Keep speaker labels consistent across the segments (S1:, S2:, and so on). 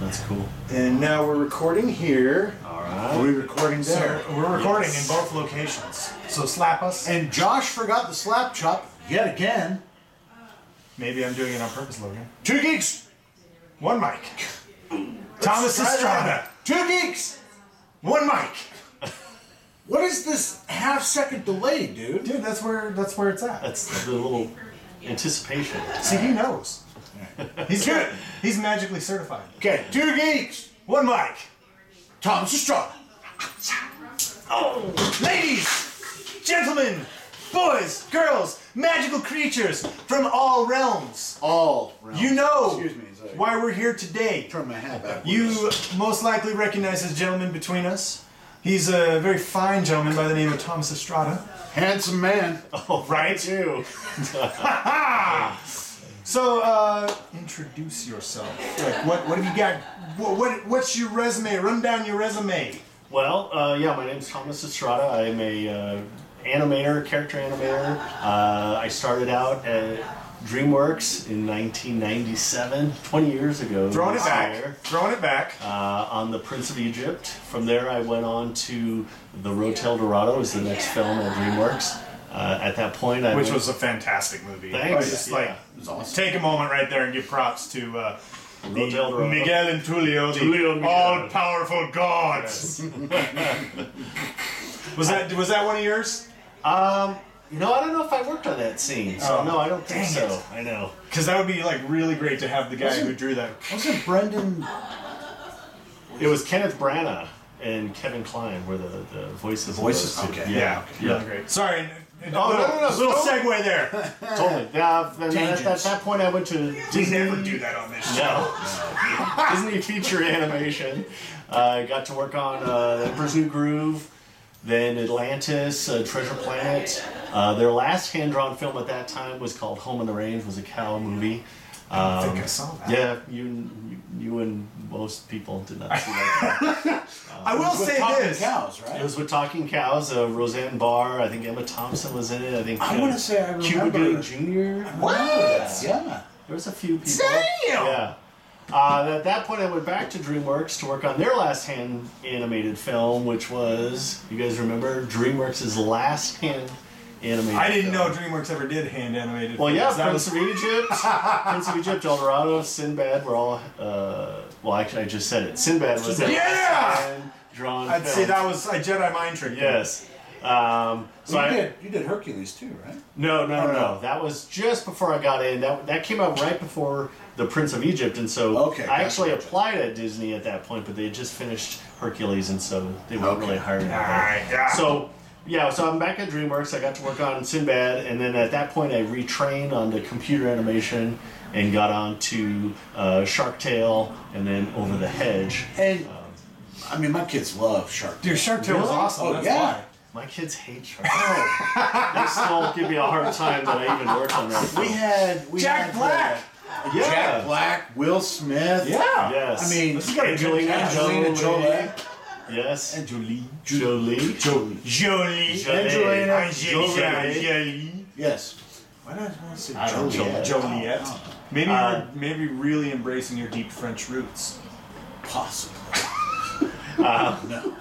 S1: That's cool.
S2: And now we're recording here.
S1: All
S2: Are
S1: right.
S2: we recording there?
S3: So we're recording
S1: Yes.
S3: in both locations. So slap us.
S4: And Josh forgot the slap chop yet again.
S3: Maybe I'm doing it on purpose, Logan.
S4: Two geeks,
S3: One mic. Thomas Estrada.
S4: two geeks.
S3: One mic.
S4: What is this half second delay, dude?
S3: Dude, that's where that's where it's at.
S1: That's the little anticipation.
S3: See, he knows. He's good. He's magically certified.
S4: Okay, two geeks.
S3: One mic.
S4: Thomas Estrada.
S3: Ladies, gentlemen, boys, girls, magical creatures from all realms.
S4: All round.
S3: You know
S4: Excuse me. Sorry.
S3: why we're here today.
S4: Turn my hat back.
S3: You most likely recognize this gentleman between us. He's a very fine gentleman by the name of Thomas Estrada.
S4: handsome man.
S1: Oh,
S3: Right.
S1: Too.
S3: So, uh, introduce yourself. Like, what, what have you got? What, what, what's your resume? Run down your resume.
S1: Well, uh, yeah, my name's Thomas Estrada. I'm a uh, animator, character animator. Uh, I started out at DreamWorks in 1997, 20 years ago.
S3: Throwing it
S1: this
S3: back.
S1: year,
S3: Throwing it back.
S1: Uh, on The Prince of Egypt. From there, I went on to The Rotel Dorado, is the next film at DreamWorks. Uh, at that point, I
S3: Which
S1: went-
S3: was a fantastic movie.
S1: Thanks.
S3: I just
S1: Yeah.
S3: like
S4: It was awesome.
S3: take a moment right there and give props to uh, the
S1: Rodel Dorado.
S3: Miguel and Tulio, the
S1: Tulio and Miguel.
S3: all-powerful gods. was that was that one of yours?
S1: You know, I don't know if I worked on that scene, so
S3: Oh,
S1: no, I don't think so.
S3: dang it.
S1: I know.
S3: Because that would be like really great to have the guy who drew that.
S4: Wasn't Brendan?
S1: It was Kenneth Branagh and Kevin Klein were the, the voices.
S4: voices,
S1: of those two.
S4: okay.
S3: Yeah,
S1: Yeah.
S3: really great. Sorry. Oh,
S1: no, no, no,
S3: Little
S1: don't-
S3: segue there.
S1: totally. Yeah, and at, at
S4: Tangents.
S1: that point, I went to
S3: We
S1: Disney.
S3: never do that on this show.
S1: No. Disney feature animation. I got to work on uh, Emperor's New Groove, then Atlantis, uh, Treasure Planet. Uh, their last hand-drawn film at that time was called Home on the Range. Was a cow movie.
S3: I think I saw that.
S1: Yeah, you, you, you and most people did not see that.
S3: I will
S4: With
S3: say
S4: talking
S3: this.
S4: cows,
S1: It
S4: right?
S1: was with Talking Cows, uh, Roseanne Barr. I think Emma Thompson was in it. I think
S4: I
S1: uh,
S4: wanna say I
S1: Cuba
S4: remember
S1: Gooding
S4: it.
S1: Jr.
S4: What? Yeah.
S1: There was a few people.
S3: Damn!
S1: Yeah. Uh, at that point, I went back to DreamWorks to work on their last hand animated film, which was you guys remember DreamWorks' last hand animated.
S3: I didn't know
S1: film.
S3: DreamWorks ever did hand animated.
S1: Well, yeah,
S3: films. that
S1: Prince
S3: was
S1: of Egypt, Prince of Egypt, El Dorado, Sinbad were all. Uh, well, actually, I just said it. Sinbad was their last
S3: Yeah!
S1: hand drawn.
S3: I'd
S1: film.
S3: say that was a Jedi mind trick.
S1: Yes. Um, so
S4: You
S1: I,
S4: did. You did Hercules too, right?
S1: No, no, no,
S4: Oh,
S1: no.
S4: no.
S1: That was just before I got in. That that came out right before the Prince of Egypt, and so
S4: Okay,
S1: I actually
S4: gotcha.
S1: applied at Disney at that point, but they had just finished Hercules, and so they weren't
S4: Okay.
S1: really hiring. me.
S3: Alright, yeah.
S1: So yeah, so I'm back at DreamWorks. I got to work on Sinbad, and then at that point I retrained onto computer animation and got on to uh, Shark Tale, and then Over the Hedge.
S4: And Um, I mean, my kids love Shark. Tale.
S3: Dude, Shark Tale was
S1: Really?
S3: awesome.
S4: Oh,
S3: that's
S4: yeah.
S3: why.
S1: My kids hate Shark
S4: Oh,
S1: Tale. they still give me a hard time that I even worked on that.
S4: We had we
S3: Jack
S4: had,
S3: Black.
S4: uh,
S1: Yeah.
S4: Jack Black. Will Smith.
S3: Yeah.
S1: Yes.
S4: I mean,
S3: This has got a good
S1: Angelina
S3: cast.
S4: Angelina
S1: Jolie.
S4: Jolie.
S1: Yes.
S4: And Jolie.
S1: Jolie.
S4: Jolie.
S3: Jolie.
S1: Jolie.
S4: Angelina
S3: Angelina
S1: Jolie.
S3: Jolie.
S4: Yes.
S3: Why did I want to say
S4: I don't
S3: Joliet?
S4: know.
S3: Joliet. Maybe
S1: Uh,
S3: you're maybe really embracing your deep French roots.
S4: Possibly. no.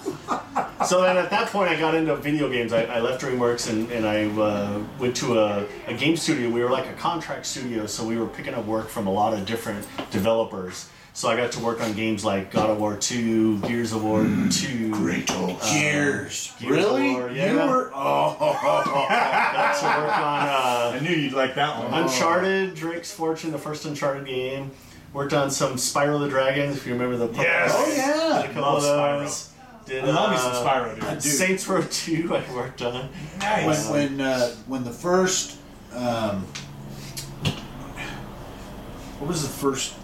S1: So then at that point, I got into video games. I, I left DreamWorks and, and I uh, went to a, a game studio. We were like a contract studio, so we were picking up work from a lot of different developers. So I got to work on games like God of War 2, Gears of War
S3: Mm,
S1: 2.
S4: old Gears.
S1: Gears
S4: really?
S1: of War, yeah.
S4: You were? Oh,
S1: Got to work on uh,
S3: I knew you'd like that one.
S1: Uncharted, Drake's Fortune, the first Uncharted game. Worked on some Spyro the Dragon, if you remember the puppet.
S3: Yes.
S4: oh
S1: Did a
S4: yeah.
S1: couple
S3: Love
S1: of those. Did,
S3: I love me some
S1: uh,
S3: Spyro, dude.
S4: Dude.
S1: Saints Row 2 I worked on.
S4: When
S3: Nice.
S4: when uh, when the first um, what was the first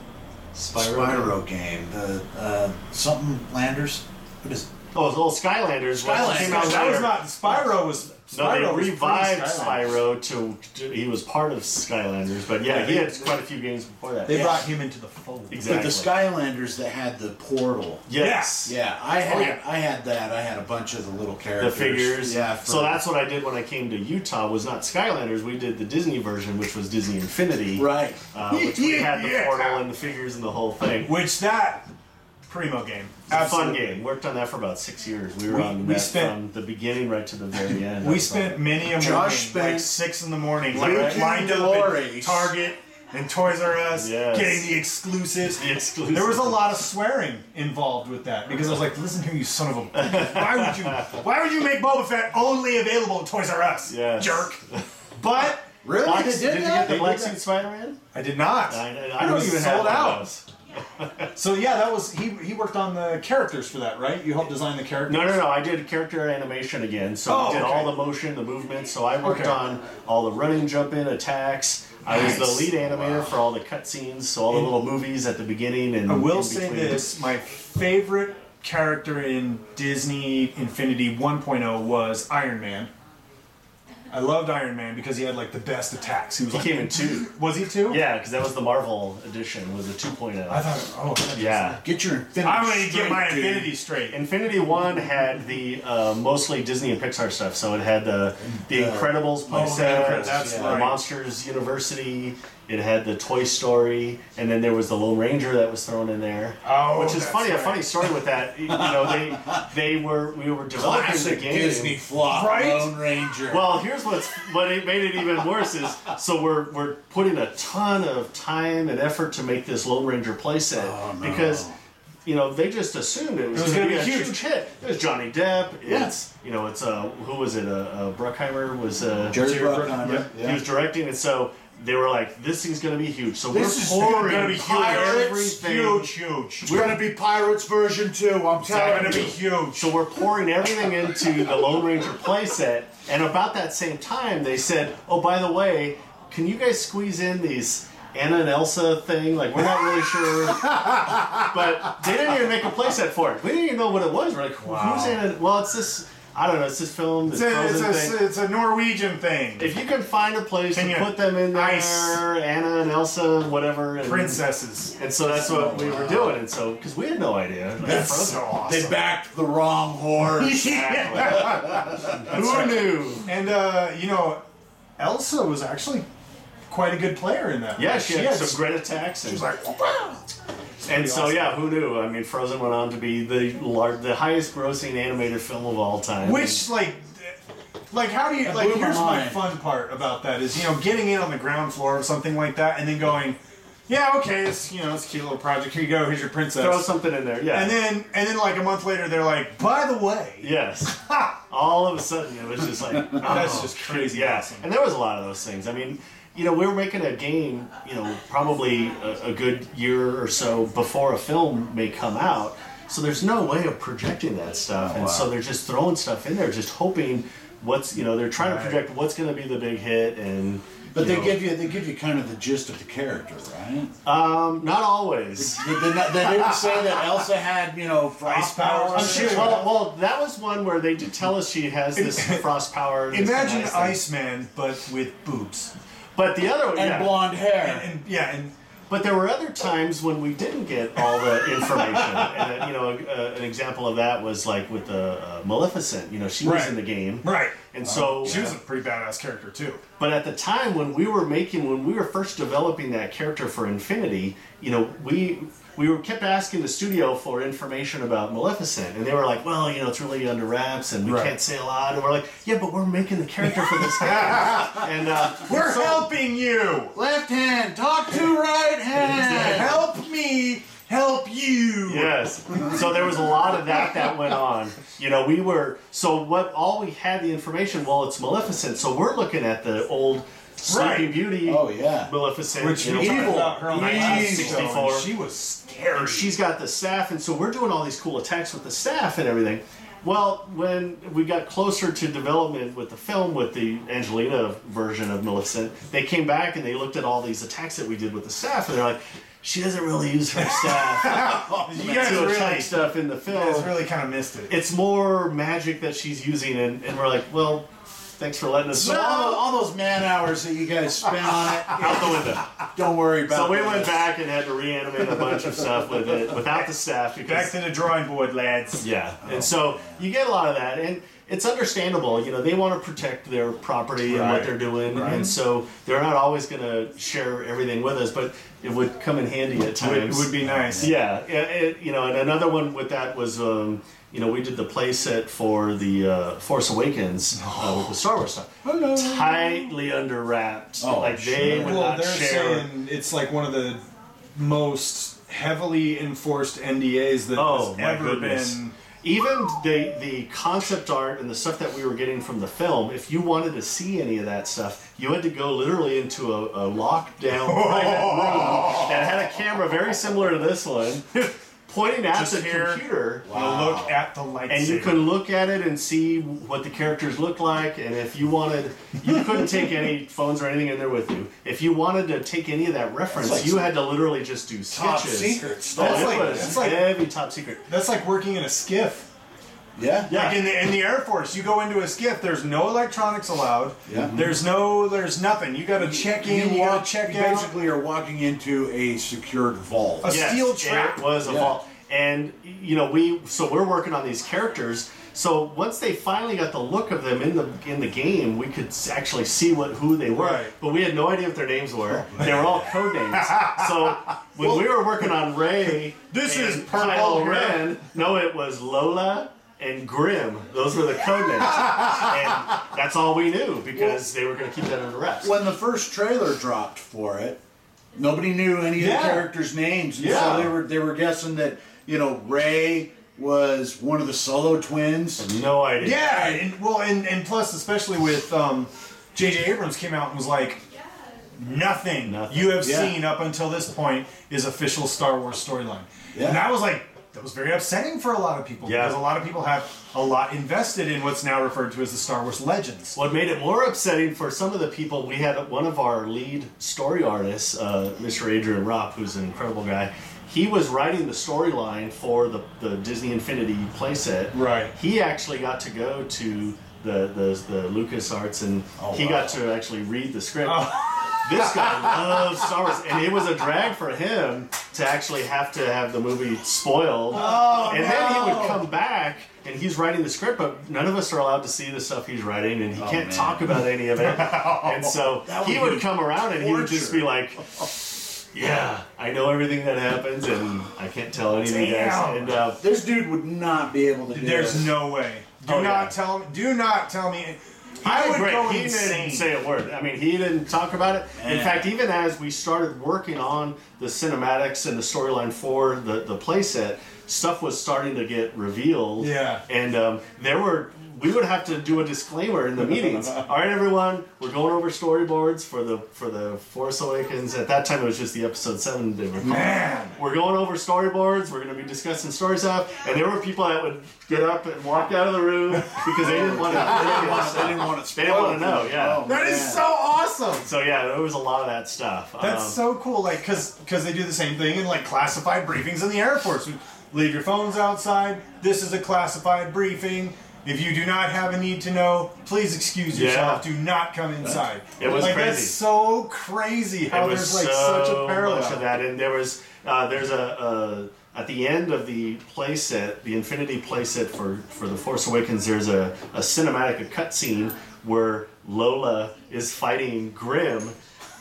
S1: Spyro.
S4: Spyro, game? The uh, something Landers. What is? It?
S1: Oh, it was old Skylanders. which
S4: Skylanders.
S1: came out
S3: That was
S1: later.
S3: not Spyro. Was
S1: No,
S3: Spyro
S1: they
S3: was
S1: revived
S3: pretty
S1: Spyro to, to- He was part of Skylanders, but yeah,
S3: Yeah,
S1: he
S3: they-
S1: had quite a few games before that.
S3: They
S4: Yeah.
S3: brought him into the fold.
S1: Exactly.
S4: But the Skylanders that had the portal.
S1: yes.
S4: Yeah, I had
S3: Oh, yeah.
S4: I had that. I had a bunch of the little
S1: The
S4: characters.
S1: figures.
S4: Yeah.
S1: So that's what I did when I came to Utah. Was not Skylanders. We did the Disney version, which was Disney Infinity.
S4: right.
S1: Uh, which we had the
S3: Yeah.
S1: portal and the figures and the whole thing.
S3: Which that primo game.
S1: It's a fun game. Worked on that for about six years. We were
S3: We-
S1: on
S3: we
S1: that
S3: spent-
S1: from the beginning right to the very end.
S3: We spent many a morning,
S2: Josh
S3: like
S2: spent-
S3: six in the morning,
S1: Luke
S3: like
S1: and
S3: lined up at
S2: Lori.
S3: Target and Toys R Us,
S1: Yes.
S3: getting the exclusives.
S1: The exclusive.
S3: There was a lot of swearing involved with that because I was like, "Listen here, you son of a! Why would you? Why would you make Boba Fett only available at Toys R Us?
S1: Yes.
S3: Jerk!" But
S2: Really?
S1: Black-
S2: They
S1: did, you
S2: that?
S1: get the
S2: They
S1: Black
S2: did that?
S1: Suit Spider-Man?
S3: I did not.
S1: I, I,
S3: It
S1: I don't
S3: was
S1: even have
S3: sold
S1: one of
S3: out.
S1: those.
S3: So yeah, that was he. He worked on the characters for that, right? You helped design the characters.
S1: No, no, no. I did character animation again. So
S3: Oh,
S1: I did
S3: okay.
S1: all the motion, the movement. So I worked
S3: Okay.
S1: on all the running, jumping, attacks. I
S3: Nice.
S1: was the lead animator for all the cutscenes, so all the
S3: And-
S1: little movies at the beginning and
S3: I will
S1: in
S3: say
S1: between.
S3: this: my favorite character in Disney Infinity 1.0 was Iron Man. I loved Iron Man because he had like the best attacks. He was
S1: He
S3: like,
S1: came in two.
S3: was he too?
S1: Yeah, because that was the Marvel edition, was a 2.0.
S3: I thought, oh,
S1: yeah.
S4: Get your infinity.
S3: I'm gonna get my
S4: straight, dude.
S3: Infinity straight.
S1: Infinity One had the uh, mostly Disney and Pixar stuff, so it had the the Incredibles playset,
S3: Incredibles, Oh, that's
S1: the
S3: right.
S1: Monsters University. It had the Toy Story, and then there was the Lone Ranger that was thrown in there.
S3: Oh,
S1: which is
S3: that's
S1: funny. A
S3: right.
S1: funny story with that. You know, they they were we were developing
S4: Classic
S1: the game.
S4: Disney flop.
S3: Right?
S4: Lone Ranger.
S1: Well, here's what's what it made it even worse is so we're we're putting a ton of time and effort to make this Lone Ranger playset because you know they just assumed it was,
S3: Oh, was
S1: going to
S3: gonna
S1: be,
S3: be
S1: a
S3: huge.
S1: huge hit. It's Johnny Depp. It's you know it's uh who was it? Uh, uh Bruckheimer was uh
S4: Jerry
S1: Bruck-
S4: Bruckheimer,
S1: yeah,
S4: yeah.
S1: he was directing it so. They were like, "This thing's gonna be huge." So
S4: This is
S1: we're pouring
S3: gonna be huge.
S1: pirates,
S3: Huge, huge.
S4: it's gonna be Pirates version two. I'm
S3: It's
S4: telling
S3: gonna
S4: you.
S3: be huge.
S1: So we're pouring everything into the Lone Ranger playset, and about that same time, they said, "Oh, by the way, can you guys squeeze in these Anna and Elsa thing? Like, we're not really sure, but they didn't even make a playset for it. We didn't even know what it was. We're like,
S3: Wow.
S1: who's Anna? Well, it's this. I don't know. It's this film. This
S3: It's a, it's
S1: Frozen thing.
S3: a, it's a Norwegian thing.
S1: if you can find a place
S3: Can
S1: to
S3: you-
S1: put them in there,
S3: Ice.
S1: Anna and Elsa, whatever, and,
S3: Princesses.
S1: And so that's what we were doing, and so because we had no idea. Like,
S3: That's
S1: Frozen.
S3: so awesome.
S4: They backed the wrong horse.
S1: Who knew?
S3: And uh, you know, Elsa was actually quite a good player in that.
S1: Yeah,
S3: Like,
S1: she, had some great attacks. And,
S3: She was like,
S1: and so,
S3: awesome.
S1: yeah, who knew? I mean, Frozen went on to be the lar- the highest grossing animated film of all time.
S3: which like, like how do you
S4: That
S3: like?
S4: blew my
S3: Here's my
S4: mind.
S3: fun part about that is you know getting in on the ground floor of something like that and then going, yeah, okay, it's you know it's a cute little project. Here you go. Here's your princess.
S1: throw something in there, yeah.
S3: and then and then like a month later they're like, by the way,
S1: yes,
S3: ha,
S1: all of a sudden it was just like
S3: that's
S1: oh,
S3: just crazy.
S1: Yeah,
S3: awesome.
S1: and there was a lot of those things. I mean, you know, we were making a game, you know, probably a, a good year or so before a film may come out. So there's no way of projecting that stuff, and so they're just throwing stuff in there, just hoping what's you know they're trying
S3: Right.
S1: to project what's going to be the big hit, and
S4: But
S1: you
S4: they
S1: know.
S4: give you they give you kind of the gist of the character, right?
S1: Um, not always.
S4: They, they, not- they didn't say that Elsa had you know frost
S3: powers.
S4: powers.
S3: Sure.
S1: Well, well, that was one where they did tell us she has this frost power. this
S3: Imagine
S1: ice thing.
S3: Iceman, but with boobs.
S1: But the other one,
S4: and
S1: yeah.
S4: blonde hair.
S3: And yeah, and
S1: But there were other times when we didn't get all the information. and, uh, you know, uh, an example of that was like with the uh, Maleficent. You know, she was
S3: Right.
S1: in the game,
S3: right. Uh,
S1: and so
S3: She was a pretty badass character too.
S1: But at the time when we were making, when we were first developing that character for Infinity, you know, we we were kept asking the studio for information about Maleficent, and they were like, "Well, you know, it's really under wraps, and we
S3: Right.
S1: can't say a lot." And we're like, "Yeah, but we're making the character for this game, and uh,
S3: We're
S1: so-
S3: helping you.
S4: Left hand, talk to right hand.
S3: Help me help you.
S1: Yes. So there was a lot of that that went on. You know, we were so what all we had the information. Well, it's Maleficent, so we're looking at the old Sleeping
S3: Right.
S1: Beauty.
S4: Oh, yeah.
S1: Maleficent,
S3: Which
S1: you know,
S3: we talked
S4: evil.
S3: about her on the last
S1: Evil.
S3: show, and She was scary.
S1: and she's got the staff, and so we're doing all these cool attacks with the staff and everything. Well, when we got closer to development with the film, with the Angelina version of Maleficent, they came back and they looked at all these attacks that we did with the staff, and they're like, "She doesn't really use her staff
S3: you guys
S1: to
S3: really,
S1: attack stuff in the film."
S3: you guys really kind of missed it.
S1: it's more magic that she's using, and, and we're like, well, thanks for letting us
S4: So all, tho- all those man hours that you guys spent on it,
S1: out the window.
S4: don't worry about.
S1: So we
S4: that.
S1: went back and had to reanimate a bunch of stuff with it without the staff
S3: Back Oh.
S1: because
S3: to the drawing board, lads.
S1: yeah, and so you get a lot of that, and it's understandable. You know, they want to protect their property and what
S3: Right.
S1: they're doing,
S3: Right.
S1: and so they're not always going to share everything with us. But it would come in handy at
S3: Would,
S1: times.
S3: would be nice.
S1: Yeah, yeah, it- you know, and another one with that was, um, you know, we did the play set for the uh, Force Awakens uh, with the Star Wars stuff.
S3: Oh. Hello.
S1: Tightly under wraps,
S4: Oh,
S1: like they
S4: sure.
S1: would
S3: Well,
S1: not
S3: they're
S1: share.
S3: saying it's like one of the most heavily enforced NDAs that
S1: Oh
S3: has
S1: my
S3: ever
S1: goodness!
S3: been.
S1: Even the the concept art and the stuff that we were getting from the film, if you wanted to see any of that stuff, you had to go literally into a, a lockdown private room that had a camera very similar to this one, pointing at
S3: Just
S1: the
S3: here.
S1: computer.
S3: You look at the lightsaber.
S1: and you could look at it and see what the characters look like and if you wanted you couldn't take any phones or anything in there with you if you wanted to take any of that reference
S4: That's like
S1: you had to literally just do
S4: Top
S1: sketches
S4: secret
S1: Oh,
S4: stuff.
S3: That's
S1: it
S3: like-
S1: was
S3: that's like-
S1: heavy top secret
S3: That's like working in a skiff.
S4: Yeah.
S1: Yeah.
S3: Like in the in the Air Force, you go into a skiff. There's no electronics allowed.
S4: Yeah.
S3: There's no. There's nothing. You got to check in. You, got
S4: walk-
S3: to check
S4: you
S3: out.
S4: basically are walking into a secured vault.
S3: A s- steel trap.
S1: It was a
S4: Yeah.
S1: vault. And you know, we so we're working on these characters. So once they finally got the look of them in the in the game, we could s- actually see what who they were.
S3: Right.
S1: But we had no idea what their names were. they were all code names. So when we were working on Ray,
S3: This
S1: and
S3: is
S1: Kylo
S3: Pearl Harbor.
S1: Ren. No, it was Lola and Grim. Those were the code names, and that's all we knew because they were going to keep that under wraps.
S4: When the first trailer dropped for it, nobody knew any of
S3: Yeah.
S4: the characters' names, and
S1: Yeah.
S4: so they were they were guessing that you know Ray was one of the Solo twins.
S1: No idea.
S3: Yeah, and well, and, and plus, especially with um, J.J. Abrams came out and was like, nothing,
S1: Nothing.
S3: you have
S4: Yeah.
S3: seen up until this point is official Star Wars storyline.
S4: Yeah.
S3: And that was like, that was very upsetting for a lot of people
S1: Yeah.
S3: because a lot of people have a lot invested in what's now referred to as the Star Wars Legends.
S1: What made it more upsetting for some of the people, we had one of our lead story artists, uh, Mr. Adrian Ropp, who's an incredible guy. He was writing the storyline for the, the Disney Infinity playset.
S3: Right.
S1: He actually got to go to the the, the Lucas Arts and
S4: Oh,
S1: he
S4: wow. Oh.
S1: got to actually read the script. This guy loves Star Wars, and it was a drag for him to actually have to have the movie spoiled.
S4: Oh,
S1: and then he would come back, and he's writing the script, but none of us are allowed to see the stuff he's writing, and he can't
S4: man.
S1: talk about any of it. and so
S4: That
S1: he
S4: would
S1: would
S4: be
S1: come around, and he would just be
S4: torture.
S1: like, "Yeah, I know everything that happens, and I can't tell any of you guys."
S3: Damn.
S1: And uh,
S4: This dude would not be able to. Do
S3: There's
S4: it.
S3: no way. Do
S1: Oh,
S3: not
S1: yeah.
S3: tell me. Do not tell me. I
S1: did
S3: would
S1: great.
S3: go
S1: he
S3: insane.
S1: didn't say a word. I mean, he didn't talk about it. In
S4: Man.
S1: fact, even as we started working on the cinematics and the storyline for the the playset, stuff was starting to get revealed.
S3: Yeah.
S1: and um, there were. We would have to do a disclaimer in the meetings. All right, everyone, we're going over storyboards for the for the Force Awakens. At that time, it was just the episode seven. They were calling it
S3: Man.
S1: we're going over storyboards. We're going to be discussing story stuff. And there were people that would get up and walk out of the room because they didn't want to. They didn't want
S4: They didn't
S1: to.
S4: want to.
S1: They didn't want to know. Yeah.
S3: That is so awesome.
S1: So yeah, there was a lot of that stuff.
S3: That's
S1: Um,
S3: so cool, like, because they do the same thing in like classified briefings in the Air Force. Leave your phones outside. This is a classified briefing. If you do not have a need to know, please excuse
S1: Yeah.
S3: yourself. Do not come inside.
S1: It was
S3: like,
S1: crazy.
S3: That's so crazy how
S1: it was
S3: there's like
S1: so
S3: such a parallel.
S1: much of that, and there was uh, there's a, a at the end of the playset, the Infinity playset for for the Force Awakens. There's a, a cinematic, a cutscene where Lola is fighting Grim,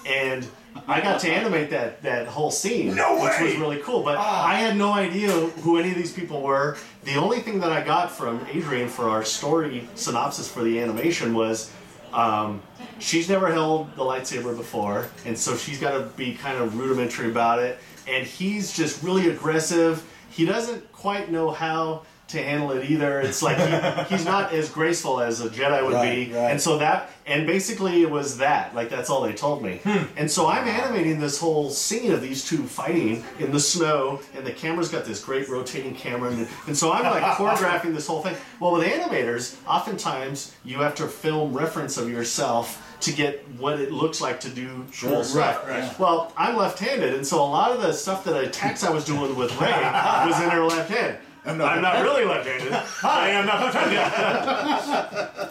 S1: and I got to animate that that whole scene,
S3: No
S1: which was
S3: way!
S1: really cool. But
S3: Ah.
S1: I had no idea who any of these people were. The only thing that I got from Adrian for our story synopsis for the animation was um, she's never held the lightsaber before, and so she's got to be kind of rudimentary about it. And he's just really aggressive. He doesn't quite know how to handle it either. It's like he, he's not as graceful as a Jedi would
S4: Right,
S1: be,
S4: right.
S1: and so that and basically it was that. Like that's all they told me. And so I'm animating this whole scene of these two fighting in the snow, and the camera's got this great rotating camera, and, and so I'm like choreographing this whole thing. Well, with animators, oftentimes you have to film reference of yourself to get what it looks like to do cool
S3: right,
S1: stuff.
S3: right.
S1: Well, I'm left-handed, and so a lot of the stuff that attacks I was doing with Ray was in her left hand.
S4: I'm not
S1: I'm not really left-handed. I am not left-handed.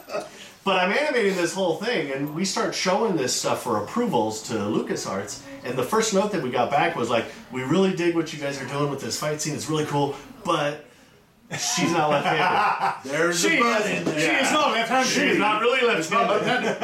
S1: but I'm animating this whole thing, and we start showing this stuff for approvals to LucasArts. And the first note that we got back was like, "We really dig what you guys are doing with this fight scene. It's really cool, but She's not left-handed.
S4: There's
S3: She,
S4: a button
S3: she
S4: there.
S3: is not left-handed.
S1: She's not really left-handed.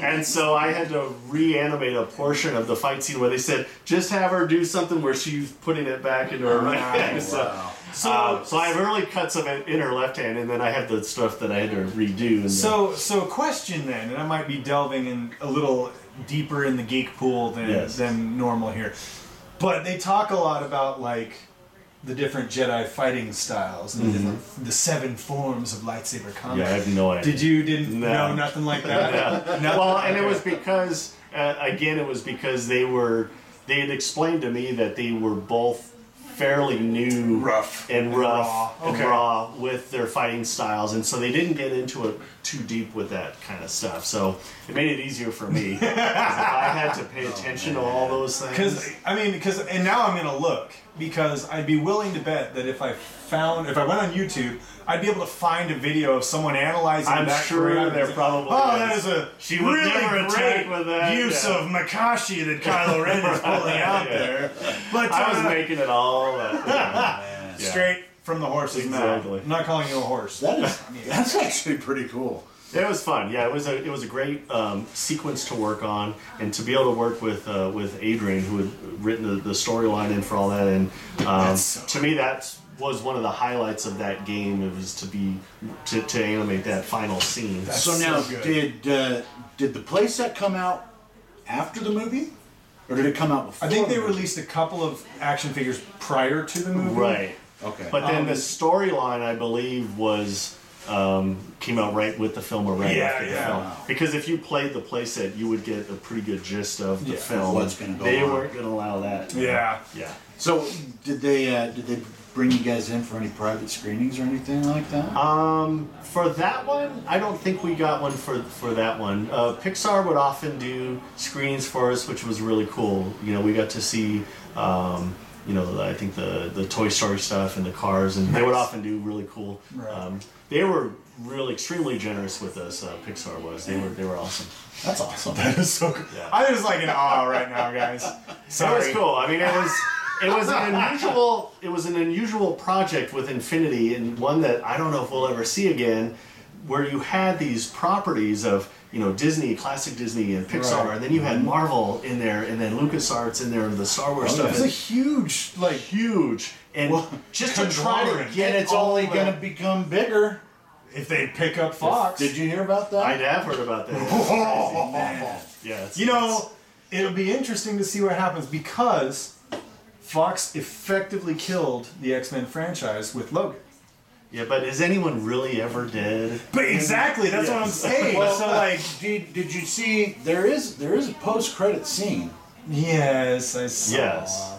S1: and so I had to reanimate a portion of the fight scene where they said, just have her do something where she's putting it back into her
S3: Ah,
S1: right hand. So,
S3: So,
S1: uh, so I have early cuts of it in her left hand, and then I have the stuff that I had to redo. And
S3: So, so question then, and I might be delving in a little deeper in the geek pool than
S1: Yes.
S3: than normal here, but they talk a lot about like the different Jedi fighting styles and the, different- the seven forms of lightsaber combat.
S1: Mm-hmm. Yeah, I have no idea.
S3: Did you didn't
S1: No.
S3: know nothing like that? Nothing?
S1: well, and it
S3: Okay.
S1: was because uh, again, it was because they were they had explained to me that they were both fairly new,
S3: Rough.
S1: and rough
S3: Raw.
S1: and
S3: Okay.
S1: raw with their fighting styles, and so they didn't get into it too deep with that kind of stuff. So it made it easier for me. 'cause if I had to
S3: Oh,
S1: pay attention to all those
S3: Because
S1: things.
S3: I mean, because and now I'm gonna look because I'd be willing to bet that if I found if I went on YouTube, I'd be able to find a video of someone analyzing.
S1: I'm
S3: that
S1: sure
S3: karate.
S1: there probably
S3: Oh,
S1: is.
S3: that is a
S1: She was
S3: really
S1: never
S3: great
S1: attacked with that,
S3: use
S1: yeah.
S3: of Makashi that Kylo Ren is pulling out
S1: Yeah.
S3: there. But
S1: I was
S3: uh,
S1: making it all up. Yeah. Yeah.
S3: straight from the horse's
S1: Exactly.
S3: mouth. I'm not calling you a horse.
S4: That is, that's actually pretty cool.
S1: It was fun. Yeah, it was a it was a great um, sequence to work on, and to be able to work with uh, with Adrian, who had written the, the storyline in for all that. And um,
S3: That's so-
S1: to me, that was one of the highlights of that game. It was to be to, to animate that final scene.
S4: so now,
S3: so good.
S4: did uh, did the playset come out after the movie, or did it come out before?
S3: I think they
S4: the movie?
S3: released a couple of action figures prior to the movie.
S1: right.
S4: Okay.
S1: But then
S3: Um,
S1: the storyline, I believe, was um, came out right with the film or right
S3: Yeah,
S1: after the
S3: yeah.
S1: film. Because if you played the playset, you would get a pretty good gist of the
S3: Yeah.
S1: film.
S4: What's gonna go
S1: they
S4: on.
S1: weren't going to allow that.
S3: Yeah.
S1: Yeah.
S4: So did they uh, did they bring you guys in for any private screenings or anything like that?
S3: Uh,
S1: For that one, I don't think we got one for for that one. Uh, Pixar would often do screenings for us, which was really cool. You know, we got to see, um, you know, I think the the Toy Story stuff and the Cars, and they would often do really cool.
S3: Right.
S1: Um, they were really extremely generous with us. Uh, Pixar was. They were they were awesome.
S4: That's awesome.
S3: That is so. Cool.
S1: Yeah.
S3: I'm just like in awe right now, guys. Sorry.
S1: It was cool. I mean, it was it was an unusual it was an unusual project with Infinity and one that I don't know if we'll ever see again, where you had these properties of you know Disney, classic Disney, and Pixar,
S3: Right.
S1: and then you had Marvel in there, and then LucasArts in there, and the Star Wars
S3: It
S1: stuff.
S3: was a huge like
S1: huge and just to try to
S3: conglomerate.
S1: get
S4: And it's
S1: all
S4: only
S1: that-
S4: going to become bigger.
S3: If they pick up Fox,
S4: Did you hear about that?
S1: I have heard about that. Yeah, it's-
S3: you know, it'll be interesting to see what happens because Fox effectively killed the X Men franchise with Logan.
S1: yeah, but is anyone really ever dead?
S3: But exactly, that's what I'm saying.
S4: Well,
S3: so like,
S4: did, did you see there is there is a post credit scene
S3: yes, I saw.
S1: Yes.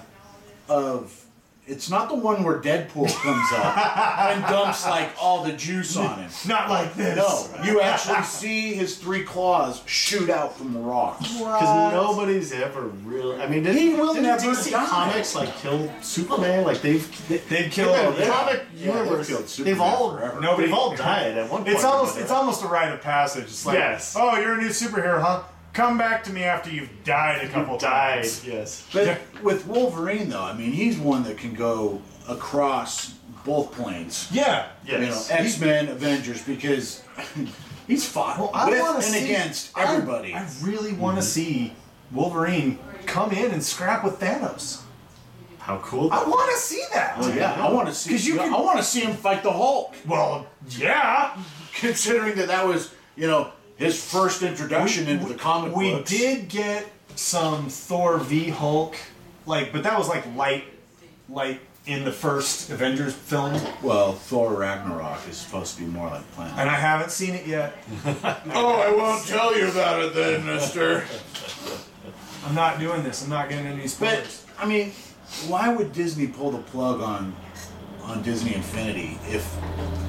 S4: of it's not the one where Deadpool comes up and dumps like all the juice on him.
S3: Not like this.
S4: No, you actually see his three claws shoot out from the rock.
S1: Because nobody's ever really. I mean, didn't,
S4: He will
S1: didn't
S4: never
S1: DC
S4: die.
S1: Comics like kill Superman? Like they've they,
S3: They've killed-
S1: in the
S3: yeah.
S1: comic
S4: Yeah, they've
S1: universe.
S4: killed
S1: They've,
S4: Superman
S1: all
S4: forever.
S1: nobody. They've all died at one point.
S3: It's almost it's almost a rite of passage. It's like,
S1: Yes.
S3: oh, you're a new superhero, huh? Come back to me after you've died a couple
S1: died.
S3: times.
S1: Yes.
S4: But
S3: Yeah.
S4: with Wolverine though, I mean he's one that can go across both planes.
S3: Yeah.
S1: Yes.
S4: You know, X Men, Avengers, because he's fought
S3: Well, I
S4: with
S3: want
S4: and
S3: to see
S4: against
S3: I-
S4: everybody. Mm-hmm.
S3: I, really want to see Wolverine come in and scrap with Thanos.
S1: How cool.
S3: I want to see that.
S4: Well, Oh, yeah, I want to see.
S3: 'Cause you can-
S4: I want to see him fight the Hulk.
S3: Well, yeah.
S4: Considering that that was, you know, his first introduction into the comic
S3: we
S4: books.
S3: did get some Thor v Hulk, like, but that was like light, light in the first Avengers film,
S4: Well, Thor Ragnarok is supposed to be more like Planet.
S3: and I haven't seen it yet.
S4: Oh, I won't tell you about it then, Mister.
S3: I'm not doing this. I'm not getting any
S4: But
S3: spoilers.
S4: I mean, why would Disney pull the plug on on Disney Infinity if?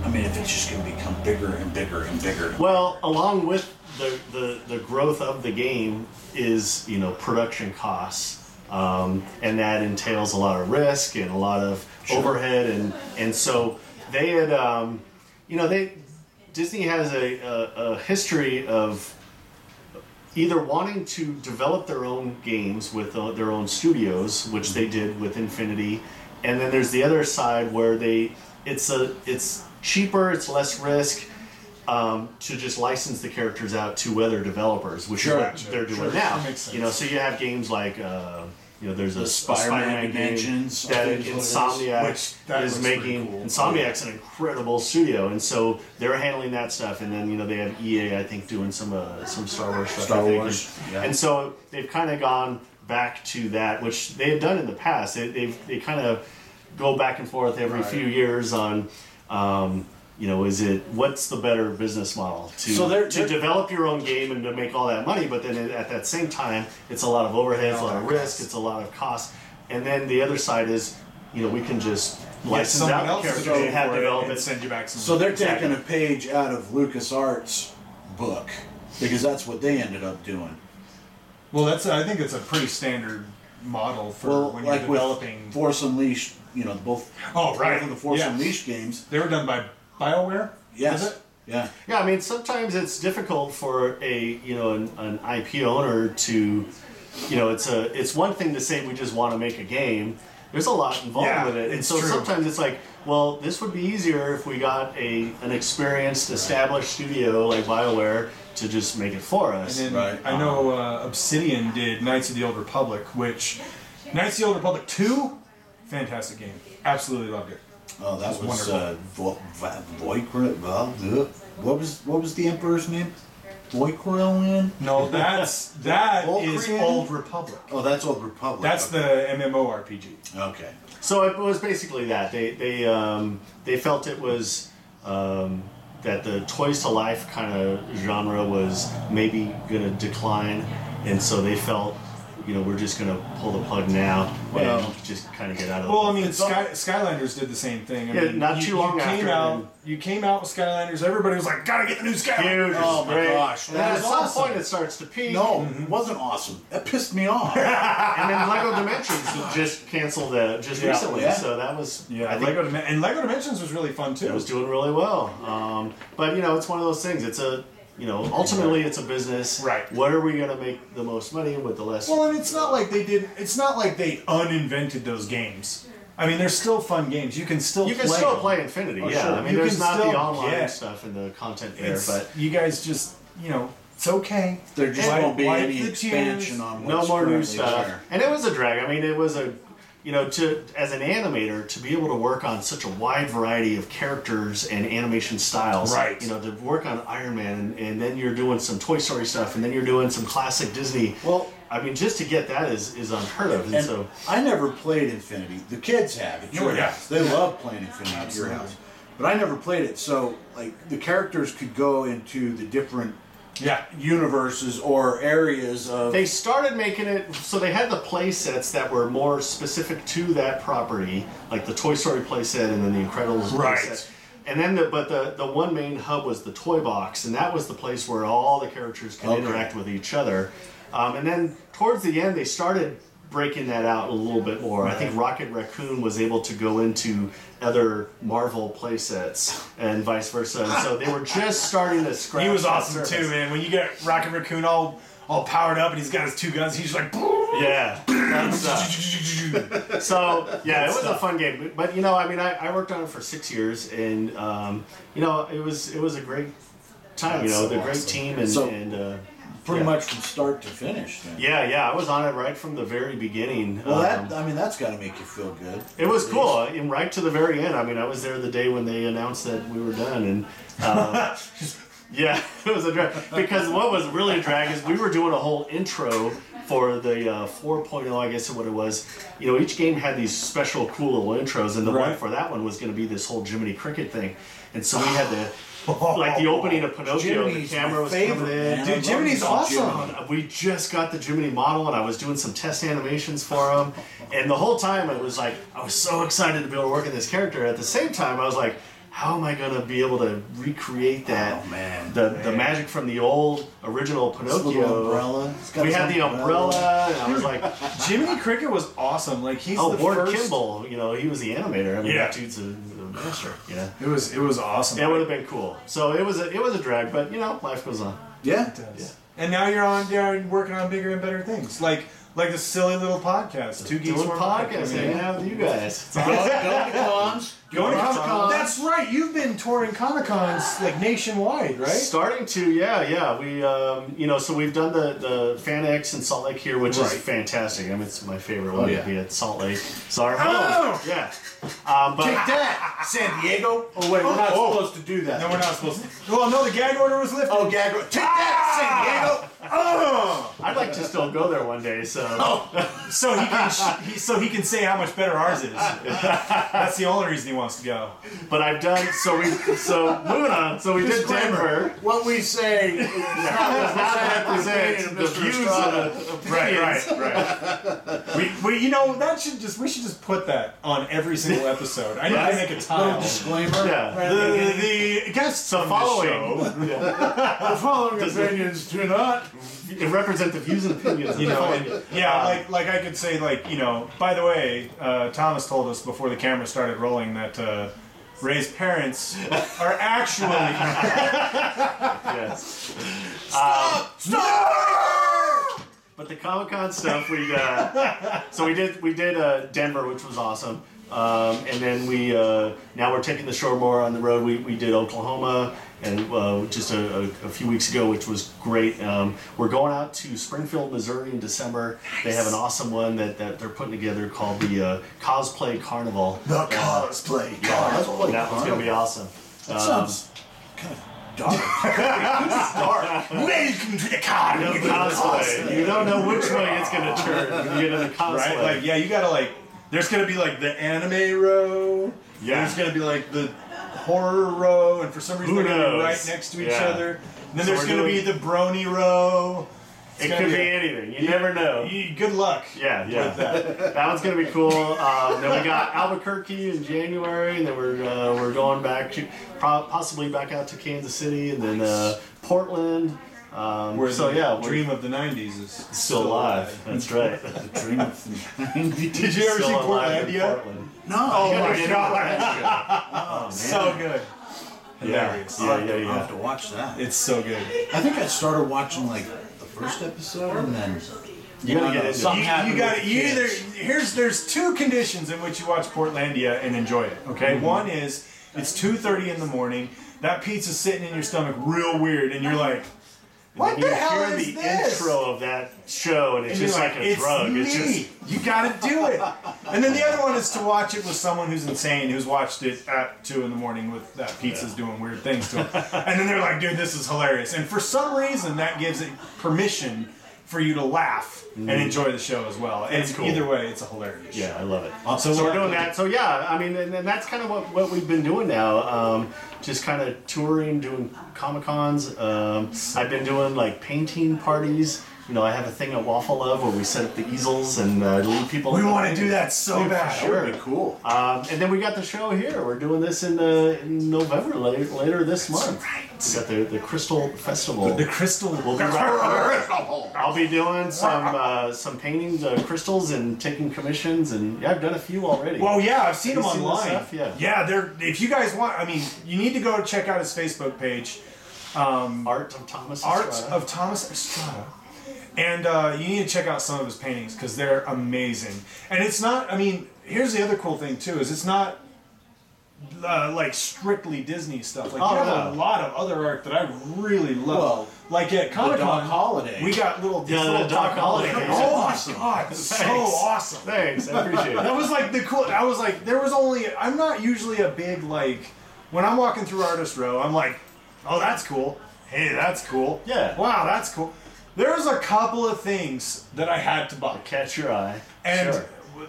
S4: I mean, if it's just going to become bigger and bigger and bigger.
S1: Well, along with the, the, the growth of the game is, you know, production costs. Um, and that entails a lot of risk and a lot of overhead. And, and so they had, um, you know, they Disney has a, a, a history of either wanting
S3: Mm-hmm.
S1: to develop their own games with uh, their own studios, which they did with Infinity, and then there's the other side where they it's a it's cheaper, it's less risk um, to just license the characters out to other developers, which
S4: Sure.
S1: is what they're doing
S3: Sure.
S1: now.
S3: That makes
S1: You know,
S3: sense.
S1: so you have games like. Uh, you know, there's a a
S4: Spider-Man
S1: Spider-Man game
S4: Dimensions,
S1: that
S4: things like this,
S1: Insomniac
S3: which that
S1: is
S3: looks pretty
S1: making.
S3: cool.
S1: Insomniac's an incredible studio, and so they're handling that stuff. And then you know they have EA, I think, doing some uh, some Star Wars stuff.
S4: Star
S1: I think.
S4: Wars,
S1: and,
S4: yeah.
S1: and so they've kind of gone back to that, which they had done in the past. They they've, they kind of go back and forth every few years on. Um, you know, is it what's the better business model to
S4: So they're-
S1: to
S4: they're-
S1: develop your own game and to make all that money? But then at that same time, it's a lot of overhead, it's a lot of risk, it's a lot of cost. And then the other side is, you know, we can just license
S3: someone else
S1: out the
S3: to
S1: characters
S3: go
S1: and have
S3: for it
S1: development.
S3: and send you back some.
S4: So they're
S1: Exactly.
S4: taking a page out of LucasArts' book because that's what they ended up doing.
S3: well, that's I think it's a pretty standard model for
S4: Well,
S3: when
S4: like
S3: you're
S4: with
S3: developing.
S4: Force Unleashed, you know, both
S3: oh
S4: both
S3: right,
S4: of the Force
S3: yeah.
S4: Unleashed games.
S3: They were done by Bioware.
S4: Yes.
S3: Is it?
S4: Yeah.
S1: Yeah, I mean, sometimes it's difficult for a you know an, an IP owner to, you know, it's a it's one thing to say we just want to make a game. There's a lot involved
S3: Yeah,
S1: with it, and
S3: it's
S1: so
S3: true.
S1: sometimes it's like, well, this would be easier if we got a an experienced, established studio like Bioware to just make it for us.
S3: And
S4: Right.
S3: I know uh, Obsidian did Knights of the Old Republic, which Knights of the Old Republic Two, fantastic game. Absolutely loved it.
S4: Oh, that was,
S3: wonderful.
S4: uh, Vo- Va- Voikra. Va- ugh. What was what was the Emperor's name? Voikrillin.
S3: No, that's that is
S4: Volcrian?
S3: Old Republic.
S4: Oh, that's Old Republic.
S3: That's the MMORPG.
S4: okay.
S1: So it was basically that they they um, they felt it was um, that the toys to life kind of genre was maybe going to decline, and so they felt you know we're just going to pull the plug now
S4: Well-
S1: and just kind of get out of.
S3: Well,
S1: the
S3: I mean, Sky, Skylanders did the same thing. I
S1: Yeah,
S3: mean,
S1: not
S3: you,
S1: too long
S3: you came
S1: after, and-
S3: out. You came out with Skylanders. Everybody was like, "Gotta get the new Skylanders."
S1: Huge,
S4: Oh
S1: it's
S4: my
S1: great.
S4: gosh,
S1: And
S4: that
S1: then
S4: is
S1: at some
S4: awesome.
S1: point it starts to peak.
S4: No, it wasn't awesome. That pissed me off.
S1: and then Lego Dimensions just canceled that just
S3: Yeah.
S1: recently,
S4: Yeah.
S1: so that was
S3: Yeah,
S1: I think
S3: Lego Dimen- and Lego Dimensions was really fun too.
S1: it was doing really well. Um, but you know, it's one of those things. It's a you know, ultimately, it's a business.
S3: Right.
S1: What are we going to make the most money with the less?
S3: Well, and it's not like they did. It's not like they uninvented those games. I mean, they're still fun games. You can still
S1: you can
S3: play
S1: still
S3: them.
S1: play Infinity.
S3: Oh,
S1: yeah.
S3: sure.
S1: I mean,
S3: You
S1: there's
S3: can
S1: not the
S3: still
S1: online
S3: get-
S1: stuff and the content there,
S3: It's,
S1: but
S3: you guys just you know it's okay.
S4: There just
S3: Wipe-
S4: won't be
S3: wipe
S4: any
S3: the
S4: expansion
S3: tears.
S4: on
S1: no
S4: what's
S1: more new
S4: currently
S1: Um, stuff.
S4: there.
S1: And it was a drag. I mean, it was a you know, to as an animator, to be able to work on such a wide variety of characters and animation styles,
S3: Right.
S1: You know, to work on Iron Man, and, and then you're doing some Toy Story stuff, and then you're doing some classic Disney.
S4: Well-
S1: I mean, just to get that is is unheard of, and,
S4: And
S1: so
S4: I never played Infinity. The kids have at your
S3: Oh, yeah.
S4: house. They love playing Infinity at your house. But I never played it, so like the characters could go into the different
S3: Yeah,
S4: universes or areas of
S1: They started making it so they had the play sets that were more specific to that property, like the Toy Story play set and then the Incredibles
S3: Right.
S1: play set. And then the but the, the one main hub was the toy box, and that was the place where all the characters can
S4: Okay.
S1: interact with each other. Um, and then towards the end they started breaking that out a little bit more. I think Rocket Raccoon was able to go into other Marvel play sets and vice versa. And so they were just starting to scratch.
S3: he was
S1: that
S3: awesome
S1: surface.
S3: too, man. When you get Rocket Raccoon all all powered up and he's got his two guns, he's like.
S1: Yeah. That sucked. So yeah, it was a fun game, But- but you know, I mean, I, I worked on it for six years, and um, you know, it was it was a great time. you know,
S4: That's
S1: the great
S4: awesome.
S1: team and,
S4: So-
S1: and uh,
S4: pretty
S1: yeah.
S4: much from start to finish. Then.
S1: Yeah, yeah, I was on it right from the very beginning.
S4: Well,
S1: Um,
S4: that I mean, that's got to make you feel good.
S1: it was cool, and right to the very end. I mean, I was there the day when they announced that we were done, and uh, yeah, it was a drag. Because what was really a drag is we were doing a whole intro for the uh, 4.0, I guess, is what it was. You know, each game had these special cool little intros, and the one
S3: Right.
S1: for that one was going to be this whole Jiminy Cricket thing, and so we had the like the opening of Pinocchio,
S4: Jiminy's
S1: the camera
S4: my
S1: was
S4: favorite,
S1: coming in.
S4: man. I
S3: Dude,
S4: love
S3: Jiminy's
S4: some
S3: awesome.
S4: Jiminy.
S1: We just got the Jiminy model, and I was doing some test animations for him. And the whole time, it was like I was so excited to be able to work on this character. At the same time, I was like, "How am I gonna be able to recreate that?
S4: Oh, man.
S1: the the
S3: Man.
S1: magic from the old original
S4: This
S1: Pinocchio
S4: little umbrella. It's got
S1: We had
S4: some
S1: the umbrella, and I was like,
S3: Jiminy Cricket was awesome. Like he's the
S1: "Oh, Ward
S3: first.
S1: Kimball, you know, he was the animator. I mean,
S3: Yeah.
S1: that dude's a, a master. You know,
S3: It was it was awesome.
S1: that would have been cool. So it was a it was a drag, but you know, life goes on.
S4: Yeah.
S3: does. And now you're on, you're working on bigger and better things. Like like this silly little podcast, two geeks
S1: Doing
S3: one
S1: podcast, hanging out with you guys. It's awesome.
S4: Going to cons.
S3: Going to
S1: Comic
S3: Comic
S1: Con.
S3: Con. That's right. You've been touring Comic Cons like nationwide, right?
S1: Starting to, yeah, yeah. We, um, you know, so we've done the the Fan X in Salt Lake here, which is
S3: Right.
S1: fantastic. I mean, it's my favorite one
S4: yeah.
S1: to be at Salt Lake. It's our home.
S3: Oh!
S1: Yeah. Um, but
S4: Take that, San Diego.
S2: Oh wait, we're not
S4: Oh.
S2: supposed to do that.
S3: No, we're not supposed to. Well, no, the gag order was lifted.
S4: Oh, gag. Take that, San Diego.
S3: Oh!
S1: I'd like to still go there one day. So
S3: So he can sh- he, so he can say how much better ours is. That's the only reason he wants to go.
S1: But I've done so we so moving on. So we did Denver.
S4: What we say is not
S1: That represents
S4: Mr.
S1: the views
S4: Estrada.
S1: of the
S3: Right, right, right. We, we, you know, that should just we should just put that on every single episode. I need to make a
S4: little
S3: tile.
S4: disclaimer.
S1: Yeah.
S4: Right at the beginning.
S3: The, the guests
S1: The
S3: on
S1: following
S3: this show,
S4: The following opinions do not.
S1: it represent the views and opinions. Of
S3: you
S1: the
S3: know,
S1: following.
S3: and- yeah, like like I could say like you know. By the way, uh, Thomas told us before the camera started rolling that. Uh, Ray's parents are actually
S1: yes.
S4: Stop!
S1: But the Comic Con stuff, we uh, so we did we did uh, Denver, which was awesome, um, and then we uh, now we're taking the show more on the road. We, we did Oklahoma and uh, just a, a, a few weeks ago, which was great. Um, we're going out to Springfield, Missouri in December. They have an awesome one that, that they're putting together called the uh, Cosplay Carnival.
S4: The cosplay.
S1: And that one's gonna be awesome.
S4: That sounds kind of dark. dark. Welcome to the
S1: No
S4: carnival.
S1: cosplay. You don't know which way it's gonna turn when you get into cosplay.
S3: right. Like yeah, you gotta like. There's gonna be like the anime row.
S1: Yeah.
S3: There's gonna be like the horror row, and for some reason
S1: Who
S3: they're gonna be
S1: knows?
S3: right next to each
S1: Yeah.
S3: other. And then
S1: So
S3: there's
S1: we're
S3: gonna be
S1: doing-
S3: the brony row. It's
S1: it
S3: gonna
S1: could be
S3: a-
S1: anything. You never know.
S3: You- good luck.
S1: Yeah, yeah.
S3: With that.
S1: That one's gonna be cool. Um, then we got Albuquerque in January, and then we're uh, we're going back to pro- possibly back out to Kansas City, and then uh, Portland. Um,
S3: Where
S1: so
S3: the
S1: yeah, we're
S3: dream of the '90s is
S1: still alive. That's right.
S4: Dream of the-
S3: Did you ever
S1: Still
S3: see
S1: alive in
S3: Portlandia?
S1: Portland.
S4: No. Oh
S1: my God.
S3: So good.
S1: Yeah,
S3: Hilarious.
S1: yeah, yeah,
S4: I'll have to
S1: yeah.
S4: watch that.
S3: It's so good.
S4: I think I started watching like the first episode and then
S1: You gotta get into
S4: Something
S1: it.
S3: You,
S4: happened
S3: got
S4: with
S3: to You
S4: kids.
S3: either here's there's two conditions in which you watch Portlandia and enjoy it. Okay,
S1: Mm-hmm.
S3: one is it's two thirty in the morning. That pizza's sitting in your stomach real weird, and you're like, "What
S1: You
S3: the hell
S1: hear
S3: is
S1: the
S3: this?"
S1: intro of that show, and it's
S3: And
S1: just
S3: you're
S1: like, a
S3: it's
S1: drug.
S3: Me.
S1: It's just
S3: you gotta do it. And then the other one is to watch it with someone who's insane, who's watched it at two in the morning with that pizza's doing weird things to him. and then they're like, dude, this is hilarious. And for some reason, that gives it permission for you to laugh and enjoy the show as well. and
S1: Mm. cool.
S3: either way, it's a hilarious.
S1: yeah, I love it.
S3: So,
S1: Um, So we're doing that. So yeah, I mean, and, and that's kind of what, what we've been doing now. Um, just kind of touring, doing comic cons. Um, I've been doing like painting parties. You know, I have a thing at Waffle Love where we set up the easels and uh, lead people.
S3: We want to do that so bad.
S4: Sure, that'd be cool.
S1: Um, and then we got the show here. We're doing this in, uh, in November, later, later this month. We got the, the Crystal Festival.
S3: The crystal.
S1: We'll be right- I'll be doing some uh, some paintings, uh, crystals, and taking commissions, and yeah, I've done a few already.
S3: Well, Oh, yeah, I've seen
S1: Have
S3: him
S1: you seen this
S3: online.
S1: stuff? Yeah.
S3: they're. If you guys want, I mean, you need to go check out his Facebook page.
S1: Art of Thomas.
S3: Art
S1: Estrada.
S3: of Thomas Estrada. And uh, you need to check out some of his paintings because they're amazing. And it's not, I mean, here's the other cool thing too is it's not uh, like strictly Disney stuff. Like
S1: Oh,
S3: you have a
S1: no.
S3: lot of other art that I really love.
S4: Well,
S3: like at Comic
S4: Doc
S3: Con
S4: Holliday.
S3: we got little these
S1: Yeah, the
S3: little
S1: Doc Holliday things are
S3: Oh my
S4: awesome.
S3: god, so
S1: Thanks.
S3: awesome!
S1: Thanks, I appreciate it.
S3: That was like the cool. I was like, there was only. I'm not usually a big like. When I'm walking through Artist Row, I'm like, oh, that's cool. Hey, that's cool.
S1: Yeah.
S3: Wow, that's cool. There's a couple of things that I had to buy,
S1: Catch your eye.
S3: and
S1: sure.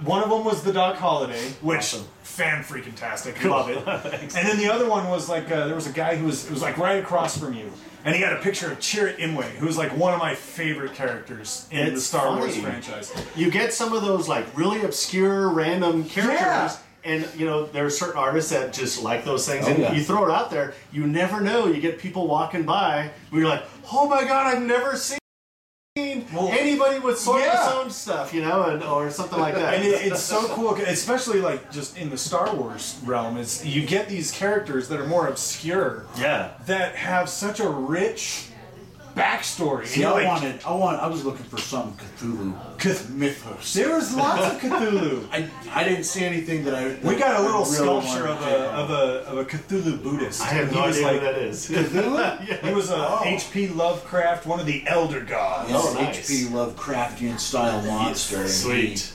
S3: one of them was the Doc Holiday, which
S1: Awesome.
S3: fan freaking tastic, love it. and then the other one was like uh, there was a guy who was it was like right across from you, and he had a picture of Chirrut Imwe, who's like one of my favorite characters in the
S1: It's
S3: Star Wars
S1: funny.
S3: franchise.
S1: you get some of those like really obscure random characters
S3: Yeah.
S1: and you know there are certain artists that just like those things
S4: Oh,
S1: and
S4: yeah.
S1: you throw it out there you never know you get people walking by where you're like oh my god i've never seen anybody with sort
S3: yeah.
S1: of own stuff you know and, or something like that
S3: and it, it's so cool, especially like just in the Star Wars realm. Is you get these characters that are more obscure
S1: yeah
S3: that have such a rich backstory.
S4: See,
S3: and
S4: I
S3: you're like,
S4: wanted, I want, I was looking for some Cthulhu
S3: Cth-
S4: mythos.
S3: there was lots of Cthulhu.
S4: I, I didn't see anything that I.
S3: We got a little
S4: I really
S3: sculpture
S4: wanted
S3: of
S4: to
S3: a,
S4: check out.
S3: of a of a Cthulhu Buddhist.
S1: I have
S3: He
S1: no
S3: was
S1: idea
S3: like-
S1: who that is.
S3: He was a
S4: Oh.
S3: H.P. Lovecraft, one of the Elder Gods.
S4: Yes,
S1: Oh, nice.
S4: HP Lovecraftian style monster. and
S1: Sweet.
S4: he-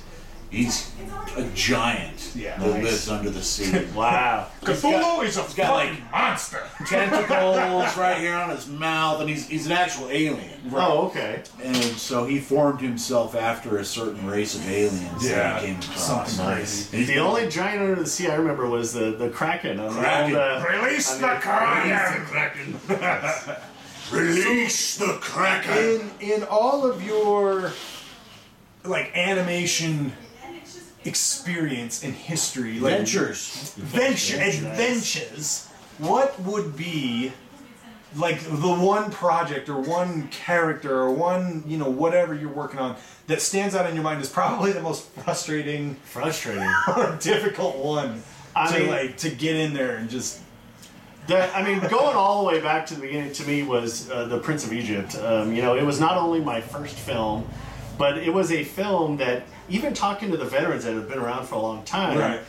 S4: he's a giant
S3: Yeah.
S4: that
S1: Nice.
S4: lives under the sea.
S1: Wow.
S3: Cthulhu is a fucking
S4: got,
S3: monster.
S4: Tentacles right here on his mouth, and he's, he's an actual alien.
S1: Oh, okay.
S4: And so he formed himself after a certain race of aliens that he came across.
S3: something crazy.
S1: The only giant under the sea I remember was the, the Kraken. On
S4: Kraken.
S1: The old, uh,
S3: Release
S1: on
S3: the Kraken.
S1: Kraken.
S4: Release the Kraken!
S3: in in all of your like animation experience in history, like
S4: Ventures.
S3: venture adventures, what would be like the one project or one character or one you know whatever you're working on that stands out in your mind is probably the most frustrating
S1: Frustrating.
S3: or difficult one
S1: I
S3: to
S1: mean-
S3: like to get in there and just
S1: The, I mean, going all the way back to the beginning to me was uh, The Prince of Egypt. Um, you know, it was not only my first film, but it was a film that, even talking to the veterans that have been around for a long time,
S3: Right.